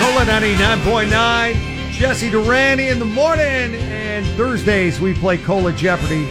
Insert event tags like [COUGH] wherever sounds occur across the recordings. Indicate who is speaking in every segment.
Speaker 1: Hella 99.9. Jesse Durante in the morning. And Thursdays, we play Cola Jeopardy.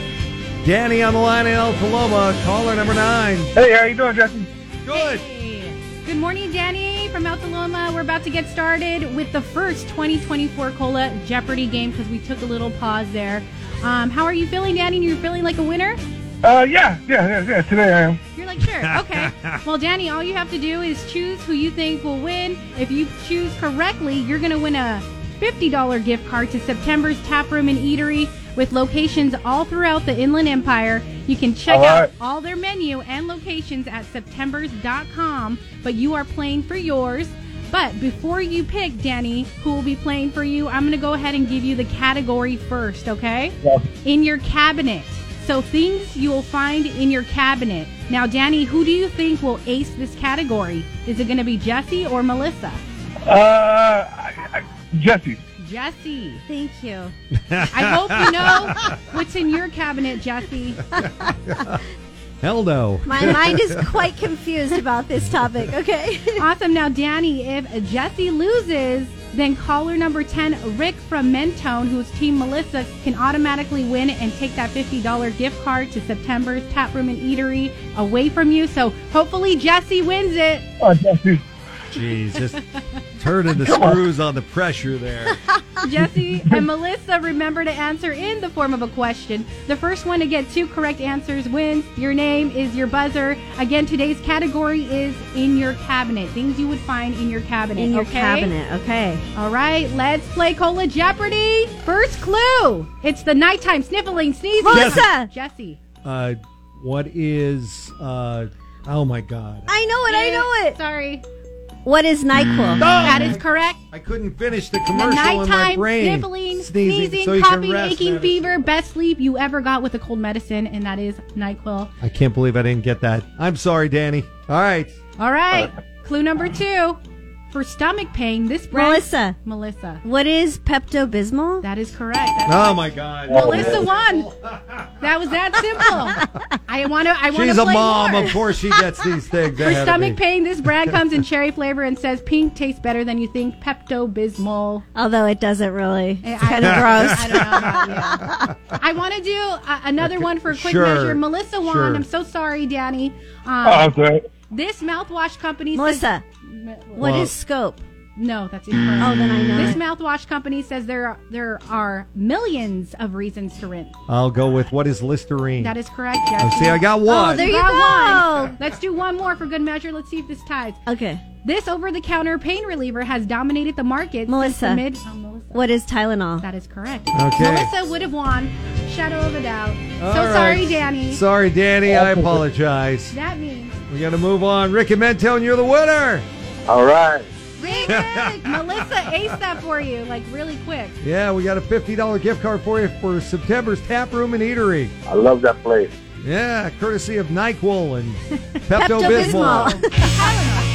Speaker 1: Danny on the line in El Paloma, caller number nine.
Speaker 2: Hey, how you doing, Justin?
Speaker 1: Good.
Speaker 3: Hey. Good morning, Danny from El Paloma. We're about to get started with the first 2024 Cola Jeopardy game because we took a little pause there. Um, how are you feeling, Danny? You're feeling like a winner?
Speaker 2: Uh, yeah, yeah, yeah, yeah. Today I am.
Speaker 3: You're like,
Speaker 2: [LAUGHS]
Speaker 3: sure, okay. well, Danny, all you have to do is choose who you think will win. If you choose correctly, you're going to win a $50 gift card to September's Tap Room and Eatery with locations all throughout the Inland Empire. You can check
Speaker 2: All
Speaker 3: out
Speaker 2: right.
Speaker 3: all their menu and locations at septembers.com, but you are playing for yours. But before you pick, Danny, who will be playing for you, I'm going to go ahead and give you the category first, okay?
Speaker 2: Yeah.
Speaker 3: in your cabinet. So things you will find in your cabinet. Now, Danny, who do you think will ace this category? Is it going to be Jesse or Melissa?
Speaker 2: Uh, I, I, Jesse.
Speaker 3: Jesse, thank you. I hope you know what's in your cabinet, Jesse.
Speaker 1: Hell no.
Speaker 4: My mind is quite confused about this topic. Okay.
Speaker 3: Awesome. Now, Danny, if Jesse loses, then caller number 10, Rick from Mentone, who's Team Melissa, can automatically win and take that $50 gift card to September's Tap Room and Eatery away from you. So hopefully Jesse wins it.
Speaker 2: Oh, Jesse.
Speaker 1: Jeez,
Speaker 3: [LAUGHS]
Speaker 1: just turning the screws on the pressure there.
Speaker 4: [LAUGHS]
Speaker 3: Jesse and Melissa, remember to answer in the form of a question. The first one to get two correct answers wins. Your name is your buzzer. Again, today's category is in your cabinet. Things you would find in your cabinet.
Speaker 4: In your
Speaker 3: okay?
Speaker 4: cabinet. Okay.
Speaker 3: All right, let's play Cola Jeopardy. First clue. It's the nighttime sniffling, sneezing.
Speaker 4: Melissa!
Speaker 3: Jesse.
Speaker 1: Uh, what is. Uh, oh my God.
Speaker 4: I know it. I know it.
Speaker 3: Sorry.
Speaker 4: What is NyQuil?
Speaker 3: That is correct.
Speaker 1: I couldn't finish the
Speaker 3: The
Speaker 1: commercial in my
Speaker 3: nighttime
Speaker 1: brain.
Speaker 3: sniffling, sneezing,
Speaker 1: so you can
Speaker 3: coughing,
Speaker 1: rest
Speaker 3: aching,
Speaker 1: better.
Speaker 3: fever, best sleep you ever got with a cold medicine, and that is NyQuil.
Speaker 1: I can't believe I didn't get that. I'm sorry, Danny. All right.
Speaker 3: All right. Clue number two. For stomach pain, this brand.
Speaker 4: Melissa.
Speaker 3: Melissa.
Speaker 4: What is Pepto Bismol?
Speaker 3: That is correct. That's
Speaker 1: Oh my God.
Speaker 3: Melissa won. That was
Speaker 1: [LAUGHS]
Speaker 3: that simple. I want to. I want to
Speaker 1: She's
Speaker 3: play
Speaker 1: a mom.
Speaker 3: more.
Speaker 1: Of course, she gets
Speaker 3: [LAUGHS]
Speaker 1: these things.
Speaker 3: For stomach pain, this brand
Speaker 1: [LAUGHS]
Speaker 3: comes in cherry flavor and says pink tastes better than you think. Pepto Bismol.
Speaker 4: Although it doesn't really.
Speaker 3: I-
Speaker 4: It's kind of gross.
Speaker 3: [LAUGHS] I don't know about
Speaker 1: [LAUGHS]
Speaker 3: you. I want to do uh, another one for a quick
Speaker 1: Sure.
Speaker 3: measure. Melissa won.
Speaker 1: Sure.
Speaker 3: I'm so sorry, Danny.
Speaker 2: Oh,
Speaker 3: Um,
Speaker 2: I'm sorry.
Speaker 3: this mouthwash company.
Speaker 4: Melissa.
Speaker 3: Says,
Speaker 4: What
Speaker 1: Well-
Speaker 4: is scope?
Speaker 3: No, that's incorrect.
Speaker 4: Oh, then I know.
Speaker 3: This
Speaker 4: it.
Speaker 3: mouthwash company says there are, there are millions of reasons to rinse.
Speaker 1: I'll go with what is Listerine.
Speaker 3: That is correct,
Speaker 1: Oh,
Speaker 3: Jesse.
Speaker 1: see, I got one.
Speaker 4: Oh, there you
Speaker 3: Got
Speaker 4: go.
Speaker 3: one. Let's do one more for good measure. Let's see if this ties.
Speaker 4: Okay.
Speaker 3: This over-the-counter pain reliever has dominated the market since
Speaker 4: Melissa.
Speaker 3: the mid. Oh, Melissa.
Speaker 4: What is Tylenol?
Speaker 3: That is correct.
Speaker 1: Okay.
Speaker 3: Melissa would have won. Shadow of a doubt.
Speaker 1: All
Speaker 3: so
Speaker 1: right.
Speaker 3: sorry, Danny.
Speaker 1: Sorry, Danny. I apologize.
Speaker 3: that means
Speaker 1: We got to move on. Rick and Mentone, you're the winner.
Speaker 2: All right.
Speaker 3: Rick,
Speaker 1: [LAUGHS]
Speaker 3: Melissa aced that for you, like really quick.
Speaker 1: Yeah, we got a $50 gift card for you for September's Tap Room and Eatery.
Speaker 2: I love that place.
Speaker 1: Yeah, courtesy of NyQuil and
Speaker 3: [LAUGHS]
Speaker 4: Pepto-Bismol.
Speaker 1: Pepto-Bismol.
Speaker 3: Tylenol.